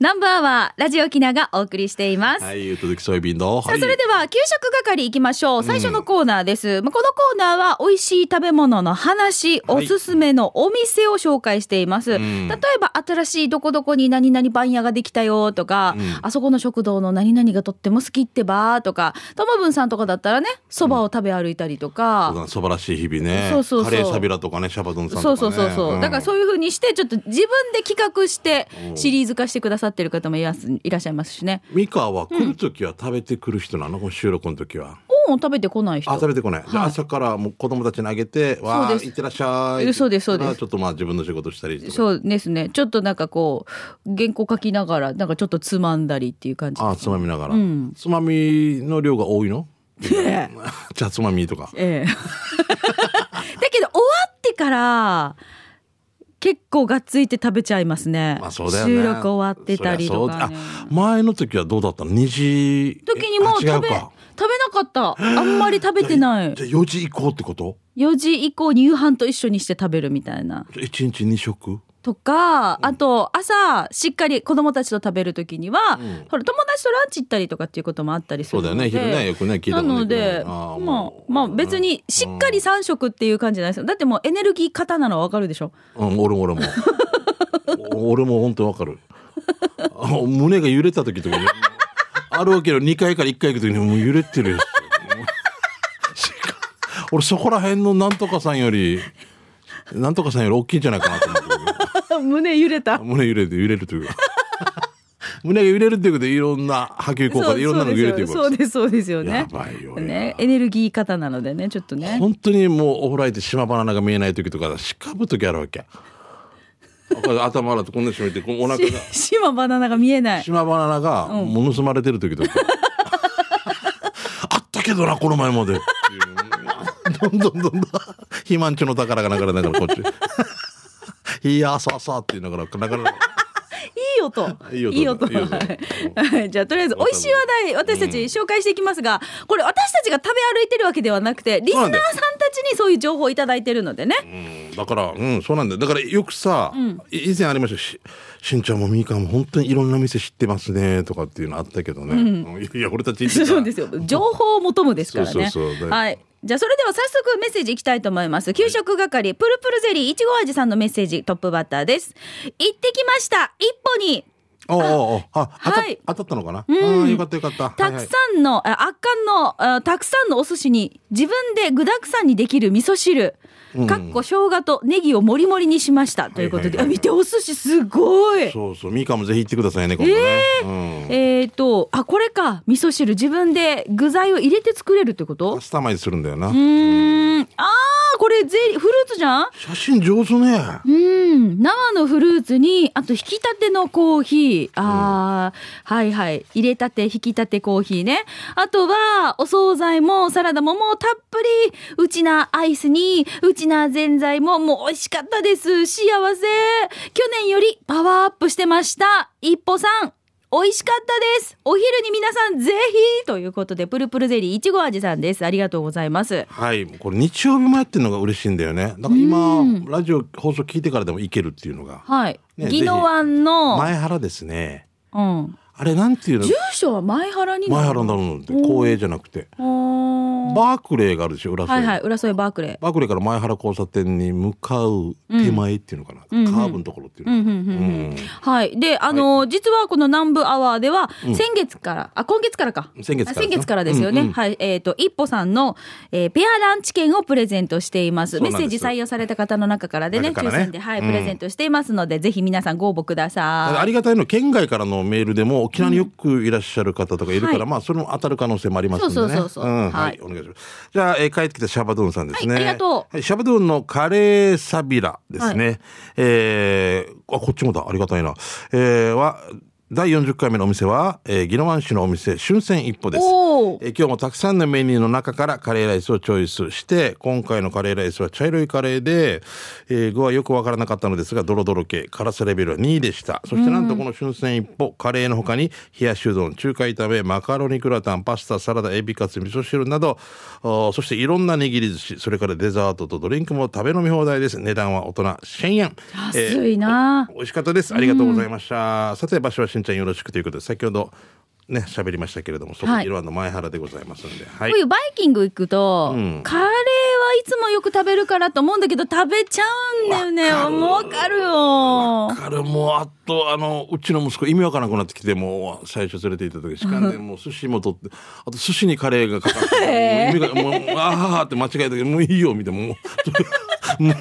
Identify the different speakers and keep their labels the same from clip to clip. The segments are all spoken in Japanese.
Speaker 1: ナンバーはラジオキナがお送りしています。
Speaker 2: はい、ゆうとどきソイビンの。
Speaker 1: さあ、それでは給食係行きましょう。最初のコーナーです。まあこのコーナーは美味しい食べ物の話、
Speaker 2: はい
Speaker 1: おすすめのお店を紹介しています。
Speaker 2: ん
Speaker 1: 例えば、新しいどこどこに何々パン屋ができたよとか、
Speaker 2: うん
Speaker 1: あそこの食堂の何々がとっても好きってばとか、ともぶんさんとかだったらね、そばを食べ歩いたりとか。
Speaker 2: はい素晴らしい日々ね。
Speaker 1: そうそうそう
Speaker 2: カレーサビラとかね、シャバドゥンさんとか、
Speaker 1: そう
Speaker 2: ね。
Speaker 1: そうそうそう、だからそういうふうにしてちょっと自分で企画して
Speaker 2: うん
Speaker 1: シリーズ化してくださってる方もいらっしいらっしゃいますしね
Speaker 2: ミカは来るときは食べてくる人なの、この収録の時は。
Speaker 1: おん食べてこない人
Speaker 2: あ、食べてこない。じゃあ朝からもう子供たちにあげて、わあ、
Speaker 1: そうです
Speaker 2: いってらっしゃ
Speaker 1: え
Speaker 2: い。
Speaker 1: そうですそうです
Speaker 2: ちょっとまあ自分の仕事したりとか。
Speaker 1: そうですね。ちょっとなんかこう、原稿書きながら、なんかちょっとつまんだりっていう感じ。
Speaker 2: あ、つまみながら、
Speaker 1: うん
Speaker 2: つまみの量が多いの
Speaker 1: え
Speaker 2: じゃあつまみとか。
Speaker 1: え。 だけど終わってから、結構がっついて食べちゃいますね。
Speaker 2: まあそうだよね。
Speaker 1: 収録終わってたりとか、ね
Speaker 2: そりゃ。そうだあ、前の時はどうだったの ?2 時。
Speaker 1: 時にもう
Speaker 2: あ違
Speaker 1: 食
Speaker 2: う
Speaker 1: べ、食べな
Speaker 2: か。
Speaker 1: かった。あんまり食べてない
Speaker 2: じ。ゃあ4時以降ってこと
Speaker 1: 4時以降に夕飯と一緒にして食べるみたいな。
Speaker 2: 一日二食
Speaker 1: とか、あと朝、しっかり子供たちと食べるときには、
Speaker 2: ん
Speaker 1: ほら友達とランチ行ったりとかっていうこともあったりす
Speaker 2: そ
Speaker 1: る
Speaker 2: うだよ
Speaker 1: ので。
Speaker 2: ね昼ねよくね聞い
Speaker 1: な
Speaker 2: たもんね
Speaker 1: ので、
Speaker 2: あー
Speaker 1: まあ
Speaker 2: も、う
Speaker 1: まあ別にしっかり3食っていう感じじゃないですよ。だってもうエネルギー型なのわかるでしょ
Speaker 2: うん俺も俺も お俺も本当わかる あ胸が揺れた時とかねあるわけよ2回から1回行く時にもう揺れてるよもうしか 俺そこら辺のなんとかさんよりなんとかさんより大きいんじゃないかなと思って
Speaker 1: 胸揺れた。
Speaker 2: 胸揺れて揺れるというか 胸が揺れるっていうことでいろんな波及効果でいろんなのが揺れてる
Speaker 1: そうですそうですよね。
Speaker 2: やばいよね
Speaker 1: ね。エネルギー型なのでね、ちょっとね。
Speaker 2: 本当にもうお風呂入って島バナナが見えない時とかしかぶ時あるわけこれ頭洗ってこんなに締めてこのお腹が
Speaker 1: し島バナナが見えない。
Speaker 2: 島バナナがもう盗まれてる時とか、あったけどなこの前までっていうどんどんどんどん肥満中の宝が流れながらこっちいやさあさあって言いながら流れ
Speaker 1: いい音。
Speaker 2: いい音だいい音だ
Speaker 1: はいはい。じゃあ、とりあえず、美味しい話題、私たち紹介していきますが、これ、私たちが食べ歩いてるわけではなくて、リスナーさんたちにそういう情報をいただいてるのでね。
Speaker 2: うんだから、うん、そうなんだよ。だからよくさ、い以前ありましたよし、しんちゃんもみーかんも本当にいろんな店知ってますね、とかっていうのあったけどね。うんいや、俺たち行ってた
Speaker 1: そうですよ。情報を求むですからね。
Speaker 2: そうそうそう
Speaker 1: はい。じゃあそれでは早速メッセージいきたいと思います。給食係、プルプルゼリーいちご味さんのメッセージトップバッターです。行ってきました一歩に
Speaker 2: おうおうおうあ、あた
Speaker 1: はい
Speaker 2: 当たったのかな、
Speaker 1: ん
Speaker 2: ああよかったよかった。
Speaker 1: たくさんの、あ圧巻のあたくさんのお寿司に自分で具沢山にできる味噌汁、かっこ生姜とネギをもりもりにしんにしましたということで、
Speaker 2: はいはいは
Speaker 1: あ
Speaker 2: い
Speaker 1: 見てお寿司すごい
Speaker 2: そうそう、みーかんもぜひ行ってくださいね、今度ね。うん
Speaker 1: えー、とあこれか味噌汁自分で具材を入れて作れるってこと
Speaker 2: カスタマイズするんだよな。
Speaker 1: うーんあーこれゼリーフルーツじゃん
Speaker 2: 写真上手ね。
Speaker 1: うん生のフルーツにあと引きたてのコーヒーあー、はいはい入れたて引きたてコーヒーねあとはお惣菜もサラダももうたっぷりうちなアイスにうちなぜんざいももう美味しかったです幸せ去年よりパワーアップしてました一歩さん美味しかったですお昼に皆さんぜひということでプルプルゼリーいちご味さんですありがとうございます
Speaker 2: はい、これ日曜日もやってるのが嬉しいんだよね。だから今、ラジオ放送聞いてからでも行けるっていうのが。
Speaker 1: はい、
Speaker 2: ね
Speaker 1: ギノワンの、
Speaker 2: 前原ですね。
Speaker 1: うん、
Speaker 2: あれ、なんていうの
Speaker 1: 住所は前原にな
Speaker 2: 前
Speaker 1: る
Speaker 2: 原なのって、公営じゃなくて。
Speaker 1: おー
Speaker 2: バークレーがあるでしょ、裏
Speaker 1: はい
Speaker 2: 添
Speaker 1: はい、浦添バークレ
Speaker 2: バークレーから前原交差点に向かう手前っていうのかな、カーブのところっていう
Speaker 1: ー。う
Speaker 2: の、
Speaker 1: んうんうんうん
Speaker 2: うん
Speaker 1: はい。で、あのー実はこの南部アワーでは、先月から、あ、今月からか。
Speaker 2: 先月からですね
Speaker 1: あ先月からですよね。
Speaker 2: うんうん
Speaker 1: はい。えっ、と、一歩さんの、えーペアランチ券をプレゼントしています。
Speaker 2: そうな
Speaker 1: メッ
Speaker 2: んです
Speaker 1: セージ採用された方の中からでね、
Speaker 2: 中か
Speaker 1: 抽
Speaker 2: らね
Speaker 1: 選で、はい、
Speaker 2: うん
Speaker 1: プレゼントしていますので、ぜひ皆さんご応募ください。
Speaker 2: ありがたいのは県外からのメールでも沖縄によくいらっしゃる方とかいるから、
Speaker 1: はい
Speaker 2: まあそれも当たる可能性もありますんでね。
Speaker 1: そうそうそうそうんは
Speaker 2: はいい、お願いします。じゃあ、えー帰ってきたシャバドゥンさんですね。
Speaker 1: はいありがと
Speaker 2: はいシャバドゥンのカレーサビラですね。えーあ、こっちもだ。ありがたいな。えーは、第40回目のお店は、えー、宜野湾市のお店、春泉一歩です。
Speaker 1: おー
Speaker 2: えー今日もたくさんのメニューの中からカレーライスをチョイスして今回のカレーライスは茶色いカレーで、えー具はよくわからなかったのですがドロドロ系辛さレベルは2位でしたそしてなんとこの春戦一歩カレーの他に冷やしうどん中華炒めマカロニグラタンパスタサラダエビカツ味噌汁などおーそしていろんな握り寿司それからデザートとドリンクも食べ飲み放題です値段は大人1000円
Speaker 1: 安いな
Speaker 2: 美味しかったです。ありがとうございました。さて、場所は市しんちゃんよろしくということで、先ほど、ね、喋りましたけれども、そこ、
Speaker 1: はい
Speaker 2: イルワンの前原でございますんで、はい
Speaker 1: こう。いうバイキング行くと、
Speaker 2: うん
Speaker 1: カレーはいつもよく食べるからと思うんだけど、食べちゃうんだよね。もうわかるよ。
Speaker 2: あれもうあとあのうちの息子意味わからなくなってきてもう最初連れて行った時しかんでもう寿司も取ってあと寿司にカレーがかかって もう意味がもうあーって間違えたけどもういいよみたいなもうも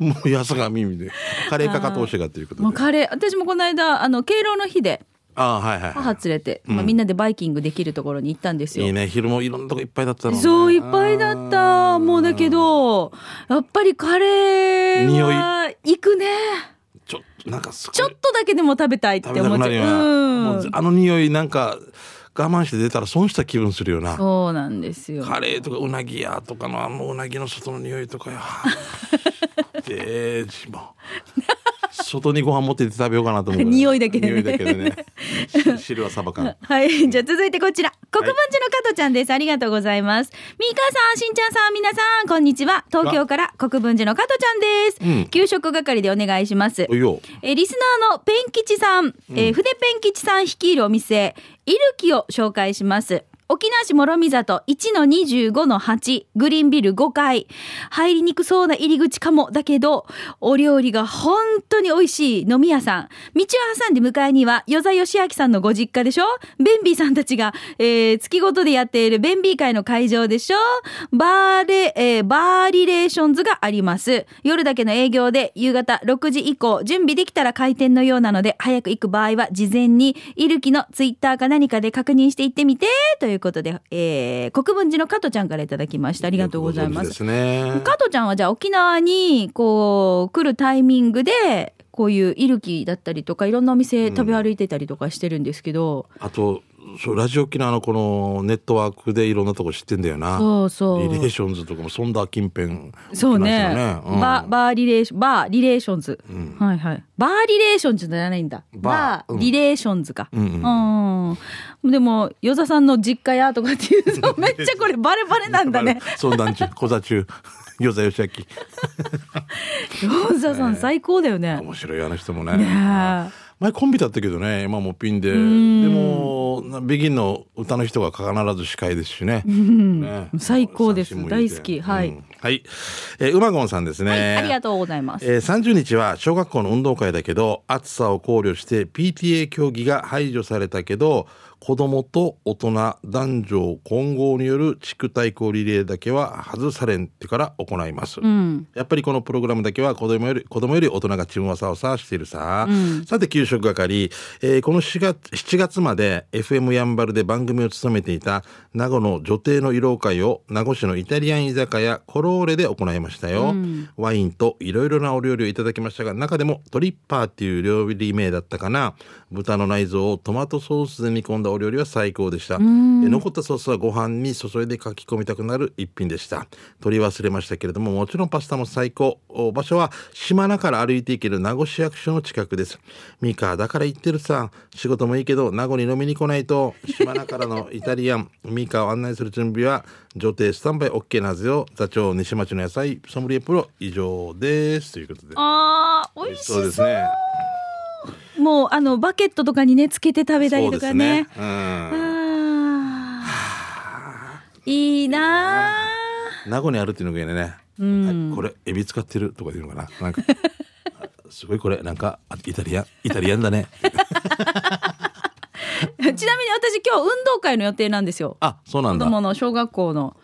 Speaker 2: うもうやさがみみでカレーかかってほしいがということ
Speaker 1: もう
Speaker 2: で
Speaker 1: カレー、私もこの間、あの、敬老の日で、
Speaker 2: ああーはいはい、
Speaker 1: 母
Speaker 2: は
Speaker 1: 連れて、まあ、みんなでバイキングできるところに行ったんです
Speaker 2: い、
Speaker 1: よ。
Speaker 2: いいね昼もいろんなとこいっぱいだったの
Speaker 1: そういっぱいだった。もうだけど、やっぱりカレーは行くね。
Speaker 2: ちょっとなんかすごい
Speaker 1: ちょっとだけでも食べたいって
Speaker 2: 食べ
Speaker 1: 思
Speaker 2: たく
Speaker 1: っ
Speaker 2: な
Speaker 1: ち
Speaker 2: るよ
Speaker 1: ゃう。
Speaker 2: な、も
Speaker 1: う。
Speaker 2: うんあの匂いなんか我慢して出たら損した気分するよな
Speaker 1: そうなんですよ。
Speaker 2: カレーとかうなぎ屋とかのあのうなぎの外の匂いとかよ。で、しまう外にご飯持って行って食べようかなと思うぐら。
Speaker 1: 匂いだけでね
Speaker 2: 匂いだけでね。し汁はサバ缶。
Speaker 1: はい。じゃあ続いてこちら。国分寺の加藤ちゃんです。ありがとうございます。ミーカーさん、しんちゃんさん、皆さん、こんにちは。東京から国分寺の加藤ちゃんです。
Speaker 2: うん
Speaker 1: 給食係でお願いします
Speaker 2: お。いよ。
Speaker 1: えーリスナーのペン吉さん、えー筆ペン吉さん率いるお店、イルキを紹介します。沖縄市諸見里1-25-8グリーンビル5階入りにくそうな入り口かもだけどお料理が本当に美味しい飲み屋さん道を挟んで向かいには与座義明さんのご実家でしょベンビーさんたちが、えー月ごとでやっているベンビー会の会場でしょバーレ、えーバーリレーションズがあります。夜だけの営業で夕方6時以降、準備できたら開店のようなので、早く行く場合は事前に、イルキのツイッターか何かで確認して行ってみて、ということで、えー、国分寺の加藤ちゃんからいただきました。あ
Speaker 2: あ
Speaker 1: りがとうございます。
Speaker 2: ですね。
Speaker 1: 加藤ちゃんはじゃあ沖縄に、こう、来るタイミングで、こういうイルキだったりとか、いろんなお店食べ歩いてたりとかしてるんですけど、
Speaker 2: あと、そうラジオ沖縄のこのネットワークでいろんなとこ知ってんだよな。
Speaker 1: そうそう。
Speaker 2: リレーションズとかも、ソンダー近辺。
Speaker 1: そうね
Speaker 2: 沖縄市のうん
Speaker 1: バーバーリレーションバーリレーションズ、はいはいバーリレーションズじゃないんだバ
Speaker 2: バ
Speaker 1: ー
Speaker 2: ーうん
Speaker 1: リレーションズか、
Speaker 2: うん
Speaker 1: うんでも与座さんの実家やとかっていう とめっちゃこれバレバレなんだね。
Speaker 2: ソンダー中、小座中、 与座義
Speaker 1: 与座さん最高だよね
Speaker 2: 明。面白いあの人も
Speaker 1: ねえ
Speaker 2: 前コンビだったけどね今もうピンででもなビギンの歌の人が必ず司会ですしね,、ね
Speaker 1: 最高です
Speaker 2: 三振も入れて
Speaker 1: 大好きはい
Speaker 2: うんはい、えー、うまごんさんですね、
Speaker 1: はいありがとうございます、
Speaker 2: えー30日は小学校の運動会だけど暑さを考慮して PTA 競技が排除されたけど子どもと大人男女混合による地区対抗リレーだけは外されんってから行います、やっぱりこのプログラムだけは子どもより子供より大人がチーム技をさしているさ、さて給食係、えーこの4月7月まで FM やんばるで番組を務めていた名護の女帝の慰労会を名護市のイタリアン居酒屋コローレで行いましたよ、ワインといろいろなお料理をいただきましたが中でもトリッパーっていう料理名だったかな豚の内臓をトマトソースで煮込んだお料理は最高でした、え残ったソースはご飯に注いでかき込みたくなる一品でした取り忘れましたけれどももちろんパスタも最高お場所は島名から歩いていける名護市役所の近くですミカだから言ってるさ仕事もいいけど名護に飲みに来ないと島名からのイタリアン ミカを案内する準備は女帝スタンバイ OK なぜよ座長西町の野菜ソムリエプロ以上ですということで
Speaker 1: あー美味しそう
Speaker 2: ですね
Speaker 1: もうあのバケットとかにねつけて食べたりとかね
Speaker 2: そうですうん
Speaker 1: あーいいなあ
Speaker 2: 名護にあるっていうのがいいね、はいこれエビ使ってるとかいうのかななんか すごいこれなんかあイタリアンイタリアンだね
Speaker 1: ちなみに私今日運動会の予定なんですよ。
Speaker 2: あそうなん
Speaker 1: 子
Speaker 2: だ
Speaker 1: 供の小学校の。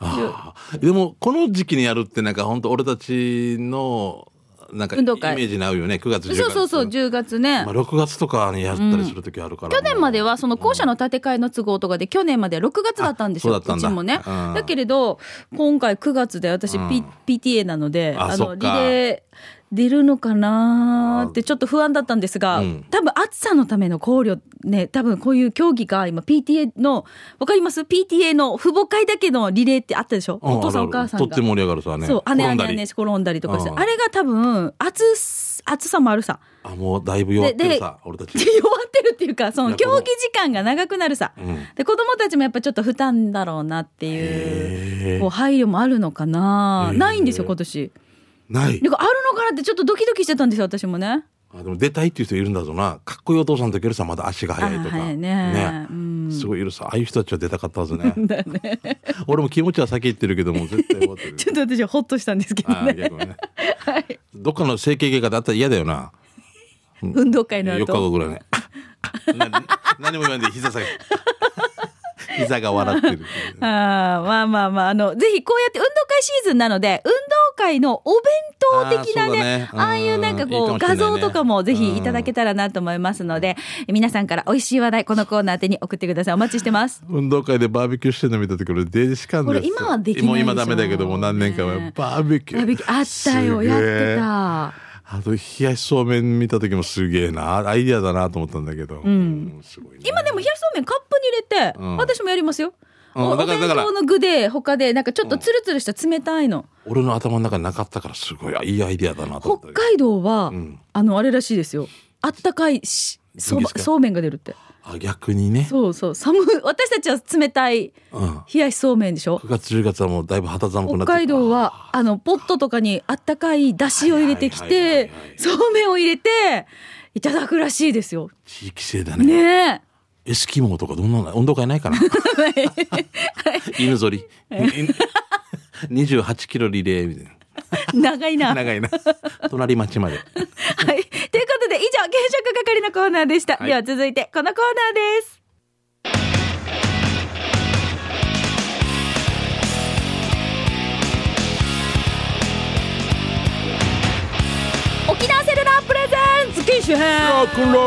Speaker 2: あーでもこの時期にやるってなんか本当俺たちのなんかイ
Speaker 1: 運
Speaker 2: メ
Speaker 1: 動会
Speaker 2: ージに合うよね9月10月
Speaker 1: そうそうそう、10月ね
Speaker 2: まあ、。6月とかにやったりする時あるから、
Speaker 1: 去年まではその校舎の建て替えの都合とかで去年までは6月だったんですよ、
Speaker 2: あそうだったんだ
Speaker 1: ちもね。
Speaker 2: うん
Speaker 1: だけれど、今回9月で私、
Speaker 2: ん
Speaker 1: P PTA なので、
Speaker 2: あそ
Speaker 1: の、
Speaker 2: っ
Speaker 1: リ
Speaker 2: か
Speaker 1: レー出るのかなーってちょっと不安だったんですが、
Speaker 2: うん
Speaker 1: 多分暑さのための考慮、ね、多分こういう競技が今 PTA の、わかります ?PTA の父母会だけのリレーってあったでしょ
Speaker 2: うん
Speaker 1: お父さん
Speaker 2: あ
Speaker 1: お
Speaker 2: るあ
Speaker 1: 母
Speaker 2: る
Speaker 1: さん
Speaker 2: と
Speaker 1: が。
Speaker 2: っても盛り上がるさね
Speaker 1: そう、姉
Speaker 2: 転んだ
Speaker 1: 姉
Speaker 2: り
Speaker 1: 姉転んだりとかして、
Speaker 2: うん
Speaker 1: あれが多分、暑す、暑さもあるさ。
Speaker 2: あもうだいぶ弱ってるさ俺た
Speaker 1: で
Speaker 2: ち、
Speaker 1: 弱ってるっていうか、そ
Speaker 2: い
Speaker 1: の
Speaker 2: や子
Speaker 1: 競
Speaker 2: 供
Speaker 1: 技時間が長くなるさ。
Speaker 2: うん、
Speaker 1: で、子供たちもやっぱちょっと負担だろうなっていう、
Speaker 2: へ
Speaker 1: こう
Speaker 2: ー
Speaker 1: 配慮もあるのかな。
Speaker 2: へー
Speaker 1: ないんですよ、今年。
Speaker 2: ない
Speaker 1: なんかあるのかなってちょっとドキドキしてたんですよ、私もね。
Speaker 2: あでも出たいっていう人いるんだぞなかっこいいお父さんとけるさまだ足が速いと
Speaker 1: あー
Speaker 2: か
Speaker 1: 早いねうん
Speaker 2: すごいいるさああいう人たちは出たかったはずね 俺も気持ちは先行ってるけども絶対終 わってる
Speaker 1: ちょっと私はほっとしたんですけど
Speaker 2: あー
Speaker 1: ね。
Speaker 2: 逆にね、どっかの整形外科であったら嫌だよな
Speaker 1: 運動会の
Speaker 2: 4日
Speaker 1: 後。
Speaker 2: 後ぐらい ねな何も言わんで膝下げ 膝が笑ってる
Speaker 1: あーまあまあまあ、あの、ぜひこうやって運動会シーズンなので、運動会のお弁当的なね、あ
Speaker 2: あーそう
Speaker 1: あ
Speaker 2: だねうん
Speaker 1: いうなんかこう
Speaker 2: いいかもしれな
Speaker 1: 画
Speaker 2: いね
Speaker 1: 像とかもぜひいただけたらなと思いますので、皆さんから美味しい話題、このコーナー宛てに送ってください。お待ちしてます。
Speaker 2: 運動会でバーベキューしてるの見た時俺デジカン
Speaker 1: こ
Speaker 2: で
Speaker 1: れ
Speaker 2: す
Speaker 1: 今はできないでしょ
Speaker 2: もう今ダメだけども何年か前、
Speaker 1: ね
Speaker 2: バーベキュー
Speaker 1: バーベキューあったよ、
Speaker 2: すげえ
Speaker 1: やってた。
Speaker 2: あと冷やしそうめん見た時もすげえなアイディアだなと思ったんだけど、うんすごいね
Speaker 1: 今でも冷やしそうめんカップに入れて、
Speaker 2: うん
Speaker 1: 私もやりますよ。
Speaker 2: うん
Speaker 1: おお
Speaker 2: だか
Speaker 1: 弁
Speaker 2: らだから
Speaker 1: 当の具で、他で、なんかちょっとツルツルした冷たいの。
Speaker 2: 俺の頭の中になかったからすごいいいアイディアだなと思った
Speaker 1: 北
Speaker 2: けど
Speaker 1: 海道は、
Speaker 2: ん
Speaker 1: あのあれらしいですよあったかいしそ
Speaker 2: どう
Speaker 1: ば
Speaker 2: ですか
Speaker 1: そうめんが出るって
Speaker 2: あ逆にね
Speaker 1: そうそう寒い私たちは冷たい
Speaker 2: うん
Speaker 1: 冷やしそうめんでしょ
Speaker 2: 9月10月はもうだいぶ肌寒くな
Speaker 1: 北
Speaker 2: って
Speaker 1: 海道
Speaker 2: あ
Speaker 1: はあのポットとかにあったかいだしを入れてき
Speaker 2: はいはいはい
Speaker 1: て
Speaker 2: はいはい
Speaker 1: そうめんを入れていただくらしいですよ
Speaker 2: 地域性だね
Speaker 1: ねえ
Speaker 2: エスキモーとかどんなの運動会ないから犬ぞり28キロリレーみたい
Speaker 1: 長いな
Speaker 2: な長いな隣町まで
Speaker 1: はい。ということで、以上、給食係のコーナーでした。
Speaker 2: はい
Speaker 1: では続いて、このコーナーです。沖縄セルラープレゼンツ機種編
Speaker 2: ロックンロ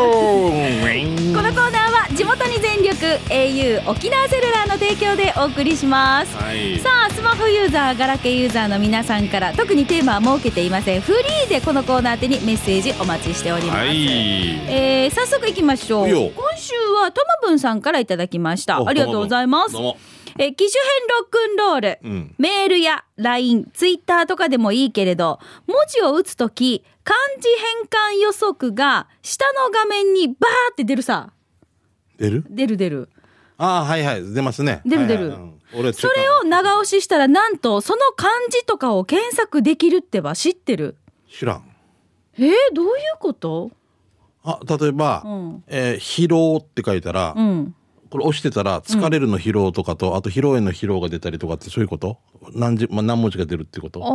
Speaker 2: ール
Speaker 1: このコーナーは地元に全力 au 沖縄セルラーの提供でお送りします。
Speaker 2: はい
Speaker 1: さあスマホユーザーガラケーユーザーの皆さんから特にテーマは設けていませんフリーでこのコーナー宛てにメッセージお待ちしております、
Speaker 2: はい
Speaker 1: えー早速いきましょう
Speaker 2: いいよ
Speaker 1: 今週はトマブンさんからいただきました
Speaker 2: お
Speaker 1: ありがとうございます
Speaker 2: どうも
Speaker 1: えー機種編ロックンロール、
Speaker 2: うん
Speaker 1: メールや LINE、Twitter とかでもいいけれど、文字を打つとき、漢字変換予測が下の画面にバーって出るさ。
Speaker 2: 出る
Speaker 1: 出る出る。
Speaker 2: ああはいはい出ますね
Speaker 1: 出る出る
Speaker 2: はいはいうん俺は中
Speaker 1: そ
Speaker 2: 華
Speaker 1: れを長押ししたらなんとその漢字とかを検索できるってば知ってる
Speaker 2: 知らん
Speaker 1: えー、どういうこと
Speaker 2: あ例えば、
Speaker 1: うん
Speaker 2: えー疲労って書いたら、
Speaker 1: うん
Speaker 2: これ押してたら疲れるの疲労とかと、あと疲労への疲労が出たりとかってそういうこと何字、まあ、何文字が出るってこと
Speaker 1: あ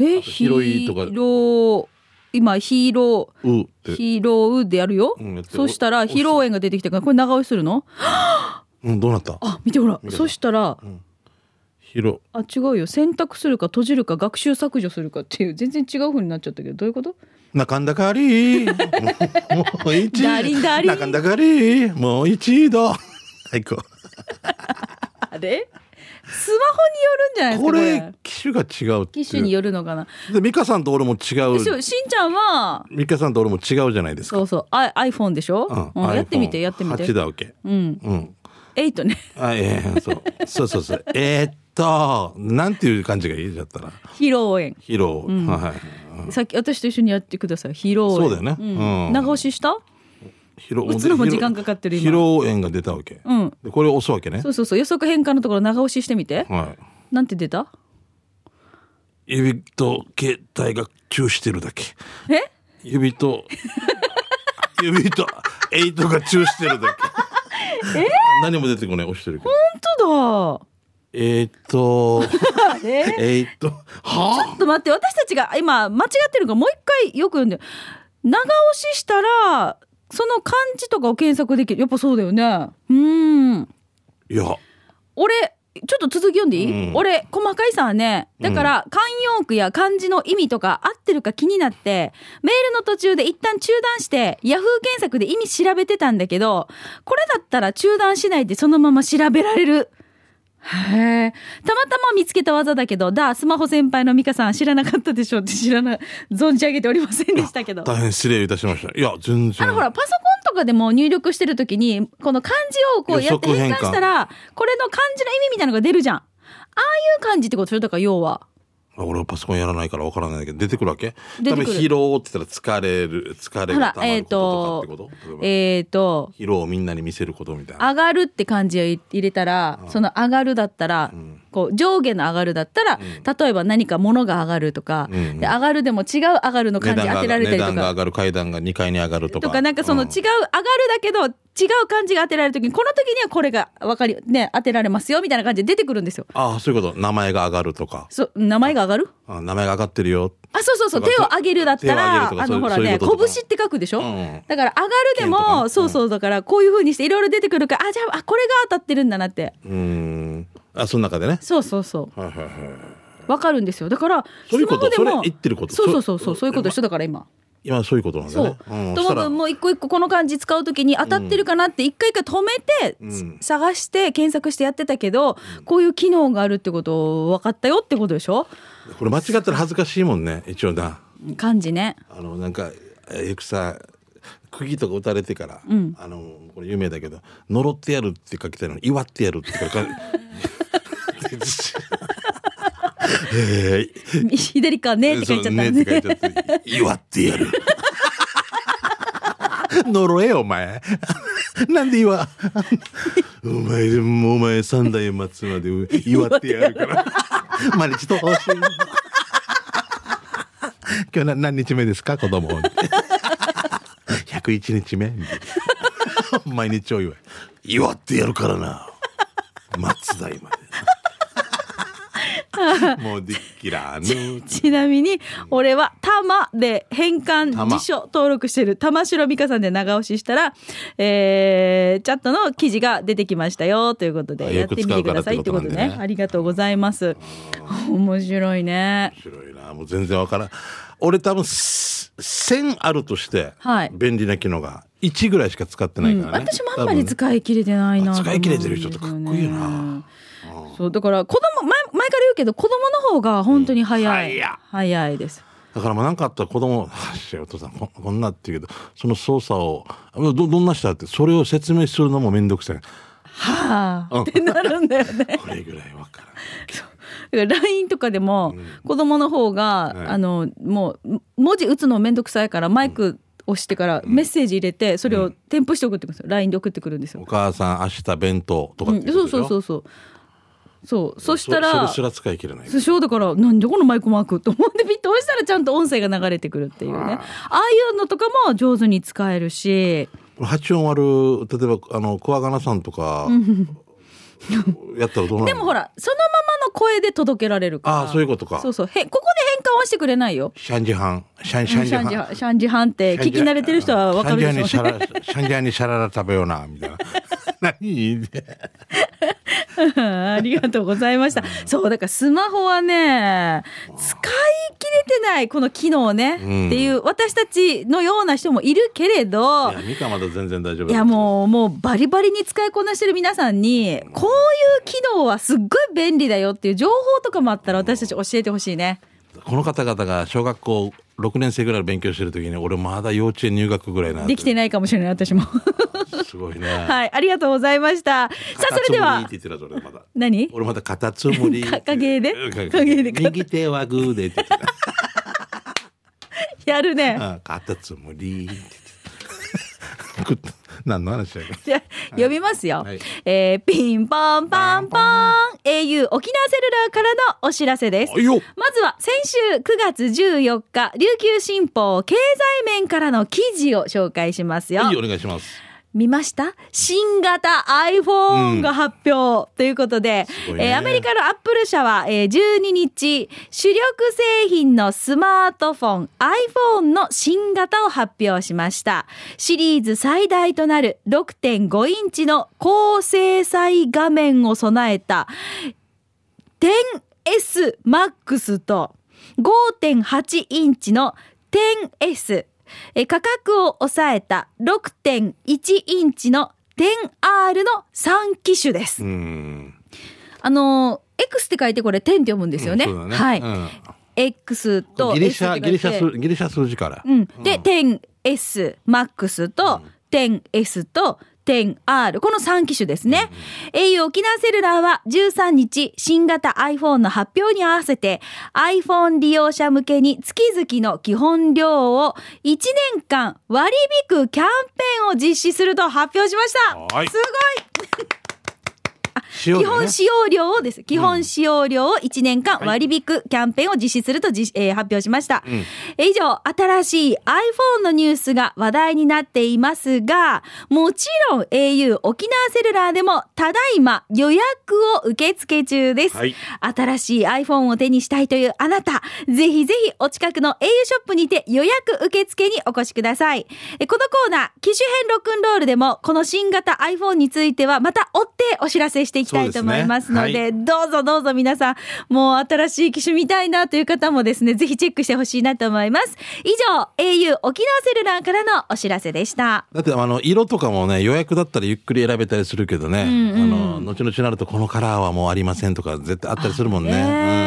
Speaker 1: ーえ
Speaker 2: あと広いとか
Speaker 1: 広今ヒーロー
Speaker 2: うって、
Speaker 1: ヒーローでやるよ、
Speaker 2: うんやってる
Speaker 1: そしたら
Speaker 2: 押す
Speaker 1: 披露宴が出てきたからこれ長押しするの
Speaker 2: うん、どうなった
Speaker 1: あ見てほら
Speaker 2: 見てた
Speaker 1: そしたら、
Speaker 2: 疲労
Speaker 1: あ違うよ選択するか閉じるか学習削除するかっていう全然違う風になっちゃったけどどういうこと
Speaker 2: 中んだかりもう一
Speaker 1: ダリンダリン
Speaker 2: 中んだかりもう 一度はいこう
Speaker 1: あれスマホによるんじゃないですか
Speaker 2: こ
Speaker 1: これ
Speaker 2: れ機種が違うっていう
Speaker 1: 機種によるのかな
Speaker 2: で美香さんと俺も違
Speaker 1: し
Speaker 2: う
Speaker 1: しんちゃんは
Speaker 2: 美香さんと俺も違うじゃないですか
Speaker 1: そうそうあ iPhone でしょ、うん
Speaker 2: うん
Speaker 1: やってみて
Speaker 2: iPhone
Speaker 1: やってみて
Speaker 2: 8だわけ
Speaker 1: うん
Speaker 2: うん
Speaker 1: 8ね
Speaker 2: あええそうそうそうそう えーっとなんていう感じがいいじゃったら
Speaker 1: 披露宴
Speaker 2: 疲労、はい
Speaker 1: さっき私と一緒にやってください披露宴
Speaker 2: そうだよね
Speaker 1: ん
Speaker 2: うん
Speaker 1: 長押しした
Speaker 2: 疲労
Speaker 1: うちらも時間かかってる今
Speaker 2: 疲労炎が出たわけ、
Speaker 1: うん
Speaker 2: でこれを押すわけね
Speaker 1: そうそうそう予測変換のところ長押ししてみて
Speaker 2: はい
Speaker 1: なんて出た
Speaker 2: 指と携帯がチューしてるだけ
Speaker 1: え
Speaker 2: 指と指とエイトがチューしてるだけ 何も出てこない押してるけど
Speaker 1: 本
Speaker 2: えーっ
Speaker 1: 当
Speaker 2: と
Speaker 1: だあれち
Speaker 2: えーっとは
Speaker 1: ょっと待って私たちが今間違ってるからもう一回よく読んで長押ししたらその漢字とかを検索できるやっぱそうだよねうん
Speaker 2: あいや
Speaker 1: 俺ちょっと続き読んでいい、
Speaker 2: うん
Speaker 1: 俺細かいさはねだから慣用句や漢字の意味とか合ってるか気になってメールの途中で一旦中断してヤフー検索で意味調べてたんだけどこれだったら中断しないでそのまま調べられる。へえ。たまたま見つけた技だけど、だ、スマホ先輩のミカさん知らなかったでしょって知らな、存じ上げておりませんでしたけど。
Speaker 2: 大変失礼いたしましたいや全然
Speaker 1: あのほら、パソコンとかでも入力してるときに、この漢字をこうやって
Speaker 2: 予測
Speaker 1: 変
Speaker 2: 変換
Speaker 1: 換したら、これの漢字の意味みたいなのが出るじゃん。ああいう漢字ってことでしょだから要は。
Speaker 2: あ俺はパソコンやらないからわからないんだけど出てくるわけ
Speaker 1: 出
Speaker 2: 多
Speaker 1: てく
Speaker 2: 分
Speaker 1: る
Speaker 2: 疲労って言ったら疲れる疲れる
Speaker 1: ほら
Speaker 2: たまることとかってこと、例えば
Speaker 1: えっ、と、
Speaker 2: 疲労をみんなに見せることみたいな
Speaker 1: 上がるって漢字を入れたら、その上がるだったら、こう上下の上がるだったら、例えば何か物が上がるとか、
Speaker 2: うんうん
Speaker 1: で上がるでも違う上がるの漢字当てられたり
Speaker 2: 値
Speaker 1: と
Speaker 2: 段が上
Speaker 1: か。
Speaker 2: がる階段が2階に上がるとか
Speaker 1: とかなんかその違う、
Speaker 2: ち
Speaker 1: 上がるだけど違う漢字が当てられるときにこの時にはこれが分かりね当てられますよみたいな感じで出てくるんですよ。
Speaker 2: ああそういうこと名前が上がるとか
Speaker 1: そう名前が上がる
Speaker 2: あ名前が上がってるよ
Speaker 1: あそうそうそう
Speaker 2: とか
Speaker 1: 手を上げるだったら
Speaker 2: 手を上げるとか
Speaker 1: あ
Speaker 2: そうい
Speaker 1: のほ
Speaker 2: う
Speaker 1: ら
Speaker 2: そういう
Speaker 1: ね
Speaker 2: こととか
Speaker 1: 拳って書くでしょ、
Speaker 2: うん
Speaker 1: だから上がるで
Speaker 2: 剣とかね
Speaker 1: も、
Speaker 2: うん
Speaker 1: そうそうだからこういうふうにしていろいろ出てくるからあじゃああこれが当たってるんだなって
Speaker 2: うーんあその中でね
Speaker 1: そうそうそう
Speaker 2: はいはいはい
Speaker 1: わかるんですよだから
Speaker 2: そういうこと
Speaker 1: スマホでも
Speaker 2: それ言ってること
Speaker 1: そうそうそうそう
Speaker 2: そ
Speaker 1: そういうこと一緒だから今
Speaker 2: 今そういうことなんだ
Speaker 1: そう
Speaker 2: ね、うん、
Speaker 1: とも
Speaker 2: そした
Speaker 1: ぶ
Speaker 2: ら
Speaker 1: んもう一個一個この漢字使うときに当たってるかなって一回一回止めて、
Speaker 2: うん
Speaker 1: 探して検索してやってたけど、こういう機能があるってこと分かったよってことでしょ
Speaker 2: これ間違ったら恥ずかしいもんね一応な
Speaker 1: 漢字 ね
Speaker 2: あのなんかえよくさ釘とか打たれてから、
Speaker 1: ん
Speaker 2: あのこれ有名だけど「呪ってやる」って書きたいのに「祝ってやる」って書か えー
Speaker 1: 左かねって書いちゃった
Speaker 2: そうねって書いちゃって「祝ってやる」 呪えよお前 なんで 祝お前でもお前三代末まで祝ってやるから毎日としい今日な何日目ですか子供101日目みたいな毎日お祝い祝ってやるからな松代 までもうでっきらぬ
Speaker 1: ちなみに俺は「玉」で変換
Speaker 2: 玉
Speaker 1: 辞書登録してる玉城美香さんで長押ししたら、えーチャットの記事が出てきましたよということ
Speaker 2: あ
Speaker 1: でや
Speaker 2: よ
Speaker 1: っ
Speaker 2: く
Speaker 1: てみ
Speaker 2: 使
Speaker 1: て
Speaker 2: う
Speaker 1: く
Speaker 2: から
Speaker 1: だ
Speaker 2: っ
Speaker 1: さ
Speaker 2: て
Speaker 1: いっ
Speaker 2: こ
Speaker 1: て
Speaker 2: と
Speaker 1: こと
Speaker 2: なんだね
Speaker 1: ねありがとうございます面白いね
Speaker 2: 面白いなもう全然わからん俺多分す1000あるとして
Speaker 1: はい
Speaker 2: 便利な機能が1ぐらいしか使ってないからね、
Speaker 1: 私もあんまり使い切れてないなと思うんですよね
Speaker 2: 使い切れてる人ってかっこいいよな
Speaker 1: そうだから子供前前から言うけど子供の方が本当に早い、
Speaker 2: うん早い
Speaker 1: 早いです
Speaker 2: だからまあ何かあったら子供あしお父さんここんなって言うけどその操作をあどどんな人だってそれを説明するのも面倒くさい
Speaker 1: はあってなるんだよね
Speaker 2: これぐらいわからん
Speaker 1: だから LINE とかでも子供の方が、
Speaker 2: はい
Speaker 1: あのもう文字打つのめんどくさいからマイク押してからメッセージ入れてそれを添付して送ってくるんですよ LINE で送ってくるんですよ
Speaker 2: お、母さん明日弁当とか
Speaker 1: う
Speaker 2: っ
Speaker 1: ん
Speaker 2: て言
Speaker 1: そう
Speaker 2: こと
Speaker 1: そう
Speaker 2: でしょ
Speaker 1: そうそうそうそした
Speaker 2: そ
Speaker 1: ら
Speaker 2: れすら使い切れない
Speaker 1: そうそうだからなんでこのマイクマークと思ってピッと押したらちゃんと音声が流れてくるっていうねああいうのとかも上手に使えるし
Speaker 2: 八音割る例えばあのクワガナさんとかやったらどうなる
Speaker 1: でもほらそのままの声で届けられるから
Speaker 2: ああそういうことか
Speaker 1: そうそうへここで変換はしてくれないよ
Speaker 2: シャンジハンシャンシ
Speaker 1: シ
Speaker 2: ャ
Speaker 1: ャ
Speaker 2: ンジハ
Speaker 1: ンジハ
Speaker 2: ン
Speaker 1: ンシャンジハンって聞き慣れてる人はわかるでしょうね
Speaker 2: シャンジャンにシャラ シャンジャンにシャララ食べようなみたいな 何
Speaker 1: ありがとうございました。そう、だからスマホはね、使い切れてない、この機能ね、
Speaker 2: うん
Speaker 1: っていう、私たちのような人もいるけれど、
Speaker 2: いやミカまだ全然大丈夫
Speaker 1: いやもう、もうバリバリに使いこなしてる皆さんに、こういう機能はすっごい便利だよっていう情報とかもあったら私たち教えてほしいね。
Speaker 2: この方々が小学校6年生ぐらいの勉強してる時に俺まだ幼稚園入学ぐらいなん
Speaker 1: できてないかもしれない、私も。
Speaker 2: すごいねさ
Speaker 1: はい、ありがとうございました。さあ、それでは
Speaker 2: っ、て言ってたぞ俺まだ
Speaker 1: 何
Speaker 2: 俺まだカタツムリ
Speaker 1: か影で
Speaker 2: うん
Speaker 1: 影で
Speaker 2: 右手はグーでって言って
Speaker 1: やるね。
Speaker 2: たうんカタツムリって言ってた何の話だよ
Speaker 1: じゃあ 読みますよ。
Speaker 2: はい
Speaker 1: えーピンポンパンポン au 沖縄セルラーからのお知らせです
Speaker 2: お。いよ
Speaker 1: まずは先週9月14日、琉球新報経済面からの記事を紹介しますよ。
Speaker 2: はいお願いします
Speaker 1: 見ました新型 iPhone が発表、ということで、
Speaker 2: ごいね
Speaker 1: えーアメリカのアップル社は、えー12日、主力製品のスマートフォン iPhone の新型を発表しました。シリーズ最大となる6.5インチの高精細画面を備えた 10S Max と5.8インチの 10S えー価格を抑えた6.1インチの 10R の3機種です。
Speaker 2: うん
Speaker 1: あのー X って書いてこれ10って読むんですよね。
Speaker 2: うんそうだね
Speaker 1: はい、
Speaker 2: うん
Speaker 1: X と
Speaker 2: ギリ
Speaker 1: S
Speaker 2: シャ
Speaker 1: って
Speaker 2: ギ
Speaker 1: 書
Speaker 2: リ
Speaker 1: い
Speaker 2: シャ
Speaker 1: て
Speaker 2: 数ギリシャ数字から
Speaker 1: うん、で 10S Max と 10S と点 R。この3機種ですね。au 沖縄セルラーは13日、新型 iPhone の発表に合わせて、iPhone 利用者向けに月々の基本料を1年間割り引くキャンペーンを実施すると発表しました。
Speaker 2: はい
Speaker 1: すごい
Speaker 2: 基
Speaker 1: 基本使用料をです。基本使用料を1年間割り引くキャンペーンを実施するとじ、えー発表しました。えー以上、新しい iPhone のニュースが話題になっていますが、もちろん au 沖縄セルラーでもただいま予約を受付中です。
Speaker 2: はい
Speaker 1: 新しい iPhone を手にしたいというあなた、ぜひぜひお近くの au ショップにて予約受付にお越しください。えこのコーナー、機種編ロックンロールでも、この新型 iPhone についてはまた追ってお知らせしていきたいと思いますので、
Speaker 2: そうです
Speaker 1: どうぞどうぞ皆さん、もう新しい機種見たいなという方もですね、ぜひチェックしてほしいなと思います。以上、au 沖縄セルラーからのお知らせでした。
Speaker 2: だってあの色とかもね予約だったらゆっくり選べたりするけどね、あの後々になるとこのカラーはもうありませんとか絶対あったりするもんね。
Speaker 1: ね
Speaker 2: う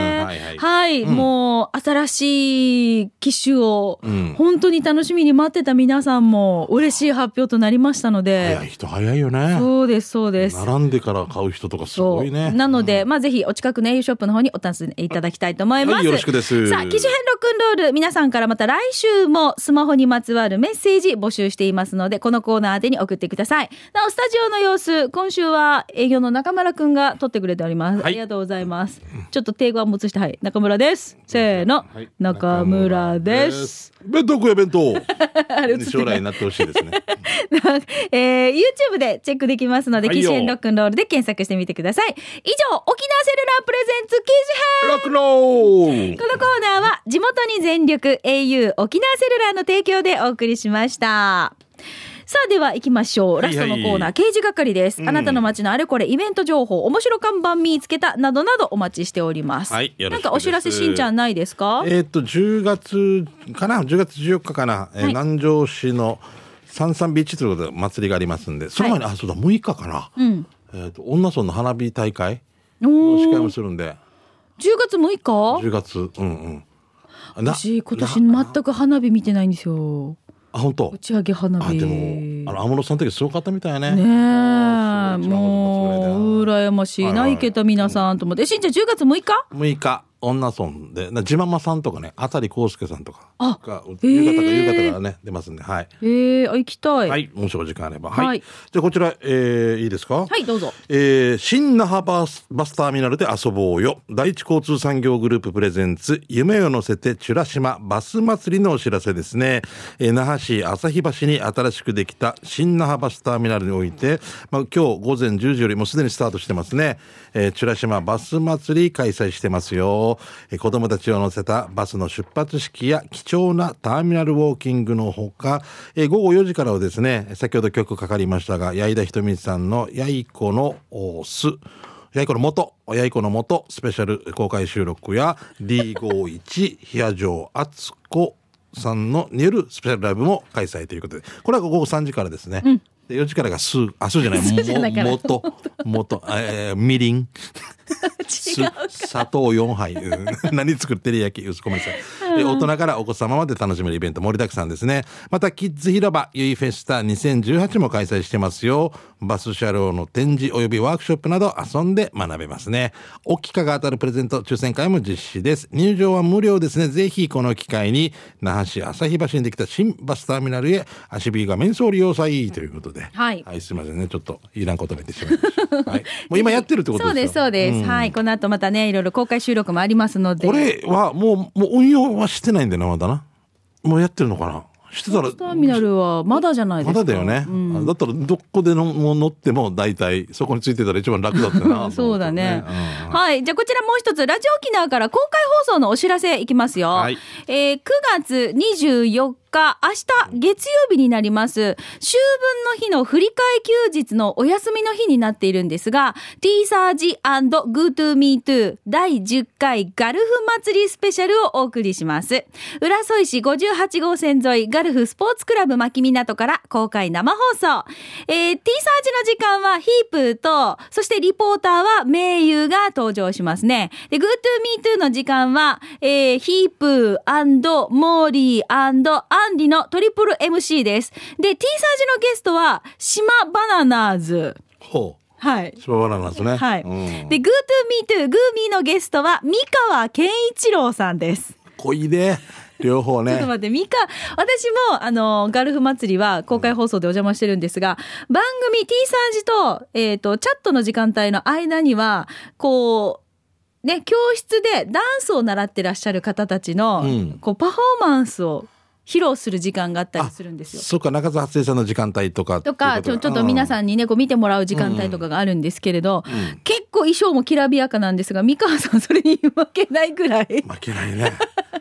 Speaker 2: んはいはい
Speaker 1: はい、もう新しい機種を
Speaker 2: うん
Speaker 1: 本当に楽しみに待ってた皆さんも嬉しい発表となりましたので
Speaker 2: 早い、人早いよね。
Speaker 1: そうです、そうです。
Speaker 2: 並んでから買う人とかす
Speaker 1: そ
Speaker 2: ご
Speaker 1: う
Speaker 2: いね。
Speaker 1: なので、まあぜひお近くの au ショップの方にお尋ねいただきたいと思います。
Speaker 2: はいよろしくです
Speaker 1: さあ、機種編ロックンロール、皆さんからまた来週もスマホにまつわるメッセージ募集していますので、このコーナー宛てに送ってください。なお、スタジオの様子、今週は営業の中村くんが撮ってくれております。
Speaker 2: はい
Speaker 1: ありがとうございます。ちょっと手をもつして、はい、中村です。せーの、
Speaker 2: はい
Speaker 1: 中村です。。
Speaker 2: 弁当食え弁 当。 将来
Speaker 1: ない
Speaker 2: になってほしいです ね。
Speaker 1: えー、YouTube でチェックできますので、
Speaker 2: はい
Speaker 1: 機
Speaker 2: よ
Speaker 1: 種編ロックンロールで検索してみてください。以上、沖縄セルラープレゼンツ機種編
Speaker 2: ロックンロー
Speaker 1: こ
Speaker 2: ル。
Speaker 1: のコーナーは地元に全力 au 沖縄セルラーの提供でお送りしました。さあでは行きましょう。ラストのコーナー、
Speaker 2: はいはい
Speaker 1: 刑事係です。あなたの街のあれこれイベント情報、面白看板見つけたなどなどお待ちしております。
Speaker 2: はいよろ
Speaker 1: なん
Speaker 2: しくです
Speaker 1: かお知らせしんちゃんないですか？
Speaker 2: えーっと10月かな10月14日かな、えー
Speaker 1: はい
Speaker 2: 南城市のサンサンビーチということで祭りがありますんでその前に、あそうだ6日かな、
Speaker 1: うん。
Speaker 2: えーっと女村の花火大会
Speaker 1: お
Speaker 2: の司会
Speaker 1: お
Speaker 2: も
Speaker 1: ー。
Speaker 2: するんで
Speaker 1: 10月6日？
Speaker 2: 10月うんうんあな
Speaker 1: 私今
Speaker 2: な
Speaker 1: 年全く花火見てないんですよ。
Speaker 2: あ本当
Speaker 1: 打ち上げ花
Speaker 2: あ
Speaker 1: 火。
Speaker 2: でもあの安室さんの時すごかったみたいね
Speaker 1: ねえ、
Speaker 2: あーすごい
Speaker 1: もう
Speaker 2: 一番
Speaker 1: 羨ましい
Speaker 2: はいは
Speaker 1: ないいけど皆さんと思って、えしんちゃん10月6日？
Speaker 2: 6日女村でな地ママさんとかね辺康介さんとか
Speaker 1: あ
Speaker 2: が夕
Speaker 1: へえ
Speaker 2: 方から夕方からね出ますんではい
Speaker 1: ええあ行きたい。
Speaker 2: は
Speaker 1: はい、
Speaker 2: いもしお時間あればはい、
Speaker 1: はい
Speaker 2: じゃあこちら、えー、いいですかはい
Speaker 1: どうぞ。
Speaker 2: えー新那覇バスバスターミナルで遊ぼうよ。第一交通産業グループプレゼンツ、夢を乗せてチュラ島バス祭りのお知らせですね。えー那覇市旭橋に新しくできた新那覇バスターミナルにおいて、まあ、今日午前10時よりもすでにスタートしてますね。えー、チュラ島バス祭り開催してますよ。えー子供たちを乗せたバスの出発式や貴重なターミナルウォーキングのほか、えー午後4時からはですね、先ほど曲かかりましたが、矢井田ひとみさんのやいこのおす、やいこの元、やいこの元、スペシャル公開収録や D51、冷や城敦子さんのによるスペシャルライブも開催ということで、これは午後3時からですね。で4時からがす、あ、そうじ ゃない、
Speaker 1: そうじゃないから
Speaker 2: も元、元、えーみりん。す砂糖4杯、うん 何作ってる焼きごめんなさい、え大人からお子様まで楽しめるイベント盛りだくさんですねまたキッズ広場ゆいフェスタ2018も開催してますよバス車両の展示およびワークショップなど遊んで学べますねおきかが当たるプレゼント抽選会も実施です入場は無料ですねぜひこの機会に那覇市旭橋にできた新バスターミナルへ足 B が面相利用祭ということでは
Speaker 1: はい
Speaker 2: すいませんねちょっといらんこと言ってしまいました、はい、もう今やってるってことですよ
Speaker 1: そうです、そうです。はい。この後またね、いろいろ公開収録もありますので。
Speaker 2: これはもう、もう運用はしてないんだよな、まだな。もうやってるのかなしてたら
Speaker 1: バス、ターミナルはまだじゃないで
Speaker 2: ます
Speaker 1: か。
Speaker 2: だだよね。あだったら、どこでのもう乗っても、大体、そこについてたら一番楽だったよ な。
Speaker 1: そうだね
Speaker 2: と思って。うん
Speaker 1: はい。じゃあこちらもう一つ、ラジオ沖縄から公開放送のお知らせいきますよ。
Speaker 2: はい
Speaker 1: えー9月24日、明日月曜日になります。秋分の日の振り替え休日のお休みの日になっているんですが、t ーサージ &GoToMeToo 第10回ガルフ祭りスペシャルをお送りします。浦添市58号線沿いガルフスポーツクラブ牧港から公開生放送。えー、T サージの時間はヒープーと、そしてリポーターは名優が登場しますね。で、GoToMeToo の時間は、えー、ヒープーモーリーアンドアンリのトリプル MC です。で、T サージのゲストは、島バナナーズ。
Speaker 2: ほう。
Speaker 1: はい。
Speaker 2: しばばらなんですね。
Speaker 1: はい。
Speaker 2: うん、
Speaker 1: で、Go to Me to グーミーのゲストは、三河健一郎さんです。
Speaker 2: 濃いで、両
Speaker 1: ち
Speaker 2: 方
Speaker 1: ょっと
Speaker 2: ね。
Speaker 1: 待って、ミカ、私も、あの、ガルフ祭りは公開放送でお邪魔してるんですが、番組 T サージと、えっ、と、チャットの時間帯の間には、こう、ね、教室でダンスを習ってらっしゃる方たちの、
Speaker 2: うん
Speaker 1: こう、パフォーマンスを披露する時間があったりするんですよ。
Speaker 2: そっか、中津発生さんの時間帯とかってい
Speaker 1: と
Speaker 2: うことだ。
Speaker 1: か、ちょ、ちょっと皆
Speaker 2: ん。
Speaker 1: さんにね、こう見てもらう時間帯とかがあるんですけれど、結構衣装もきらびやかなんですが、ミカさんそれに負けないくらい、意
Speaker 2: 負けないね。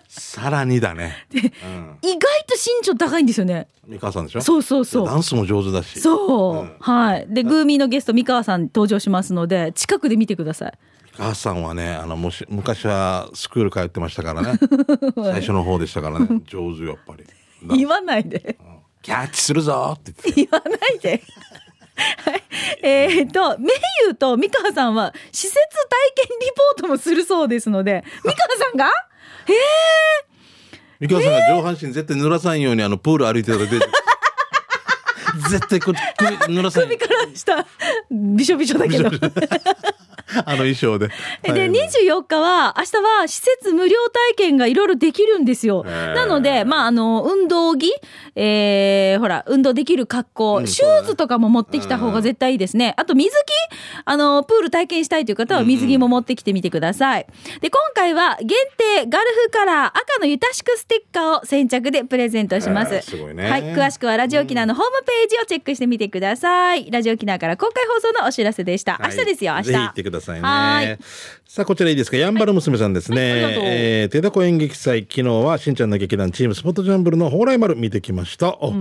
Speaker 2: さらにだね。うん。
Speaker 1: 外と身長高いんですよね。
Speaker 2: 美川さんでしょ
Speaker 1: そうそうそう
Speaker 2: ダ。ンスも上手だし。
Speaker 1: そう、
Speaker 2: うん
Speaker 1: はい。で、グーミーのゲスト、三河さん登場しますので、近くで見てください。
Speaker 2: 母さんはねあのもし昔はスクール通ってまし たからね最初の方でしたからね上手よやっぱりな
Speaker 1: 言わないで。
Speaker 2: キャッチするぞって言って
Speaker 1: 言わないで。はい。えーっと、メイユーと三河さんは、施設体験リポートもするそうですので、三河さんがへえ
Speaker 2: 美川さんが上半身絶対濡らさんようにあのプール歩いてた ら出て絶対こ首濡らさんよ
Speaker 1: 首から下、びしょびしょだけど。
Speaker 2: あの衣装で
Speaker 1: で、
Speaker 2: 大変
Speaker 1: 24日は、明日は施設無料体験がいろいろできるんですよ。
Speaker 2: へー
Speaker 1: なので、まあ、あの、運動着、えー、ほら、運動できる格好、
Speaker 2: うん
Speaker 1: シューズとかも持ってきた方が絶対いいですね。あと、水着あの、プール体験したいという方は水着も持ってきてみてください。で、今回は限定ガルフカラー赤のゆたしくステッカーを先着でプレゼントしま
Speaker 2: へ
Speaker 1: す。
Speaker 2: ーすごいね
Speaker 1: はい、詳しくはラジオキナのホームページをチェックしてみてください。ラジオキナから公開放送のお知らせでした。明日ですよ、明
Speaker 2: はい
Speaker 1: 日。
Speaker 2: ぜひ行ってください
Speaker 1: はー
Speaker 2: ね。さあ、こちらいいですか。やんばる娘さんですね。
Speaker 1: はいありがとう
Speaker 2: えー、手だこ演劇祭、昨日はしんちゃんの劇団チームスポットジャンブルの蓬莱丸見てきました。お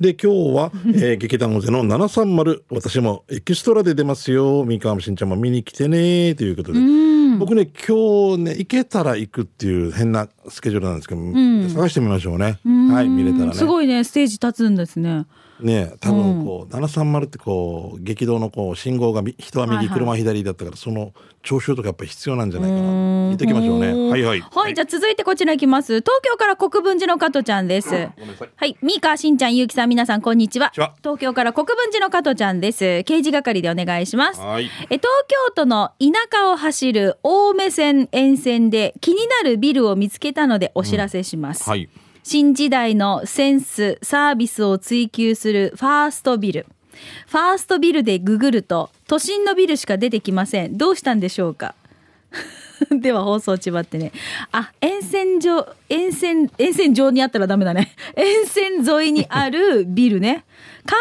Speaker 2: で、今日は、えー、劇団大勢の730、私もエキストラで出ますよ。三河もしんちゃんも見に来てね。ということで。僕ね、今日ね、行けたら行くっていう変なスケジュールなんですけど、探してみましょうね。はい、見れたらね。
Speaker 1: すごいね、ステージ立つんですね。
Speaker 2: ねえ多分こう、730ってこう激動のこう信号がみ人は
Speaker 1: はい
Speaker 2: 右
Speaker 1: はい
Speaker 2: 車は左だったからその聴衆とかやっぱり必要なんじゃないかな見ておきましょうねはいはい
Speaker 1: はい、じゃあ続いてこちらいきます。東京から国分寺の加トちゃんです。はい、ミーカーしんちゃん、ゆうきさん、皆さん、こんにちは。
Speaker 2: こんにちは
Speaker 1: 東京から国分寺の加トちゃんです。刑事係でお願いします。
Speaker 2: はい
Speaker 1: え東京都の田舎を走る青梅線沿線で気になるビルを見つけたのでお知らせします。
Speaker 2: はい
Speaker 1: 新時代のセンス、サービスを追求するファーストビル。ファーストビルでググると、都心のビルしか出てきません。どうしたんでしょうか では放送ちばってね。あ、沿線上、沿線、沿線上にあったらダメだね。 沿線沿いにあるビルね。看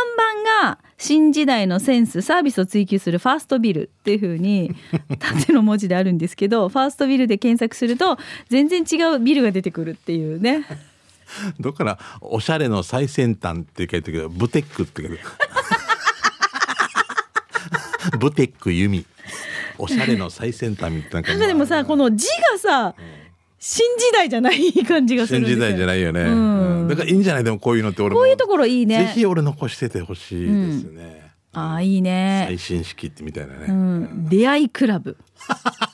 Speaker 1: 板が新時代のセンス、サービスを追求するファーストビルっていうふうに、縦の文字であるんですけど、ファーストビルで検索すると、全然違うビルが出てくるっていうね。
Speaker 2: どっからおしゃれの最先端って書いてるけどブテックって書いてるブテック由美おしゃれの最先端みたいな
Speaker 1: な
Speaker 2: 感
Speaker 1: んかでもさ、この字がさ、新時代じゃない感じがするんで
Speaker 2: 新
Speaker 1: すよ。
Speaker 2: 時代じゃないよね、
Speaker 1: うん
Speaker 2: うんだからいいんじゃないでもこういうのって俺も
Speaker 1: こういうところいい
Speaker 2: ぜ
Speaker 1: ね。
Speaker 2: ひ俺残しててほしいですね、
Speaker 1: ああ、いいね。
Speaker 2: 最新式ってみたいなね、
Speaker 1: うん、出会いクラブ。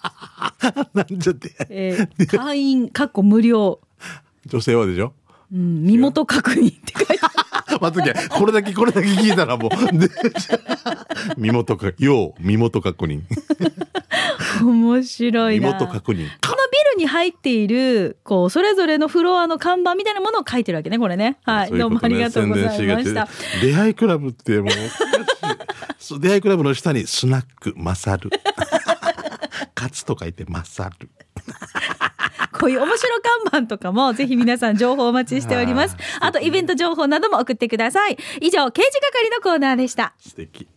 Speaker 2: なんじゃって
Speaker 1: えー会員、かっこ無料。
Speaker 2: 女性はでしょ
Speaker 1: うん、身元確認って書いてある。
Speaker 2: まずこれだけこれだけ聞いたらもうで 身元か要身元確認
Speaker 1: 面白い
Speaker 2: 身
Speaker 1: な。
Speaker 2: 元確
Speaker 1: この
Speaker 2: 認
Speaker 1: ビルに入っている、こう、それぞれのフロアの看板みたいなものを書いてるわけね、これね。はい。
Speaker 2: そうい
Speaker 1: どう
Speaker 2: こね
Speaker 1: もありがとうございま
Speaker 2: 宣伝
Speaker 1: し
Speaker 2: が
Speaker 1: た
Speaker 2: ち。出会いクラブってもう そう出会いクラブの下にスナックマ サルカツと書いてマサル
Speaker 1: こういう面白看板とかも、ぜひ皆さん情報お待ちしております。あと、イベント情報なども送ってください。以上、刑事係のコーナーでした。
Speaker 2: 素敵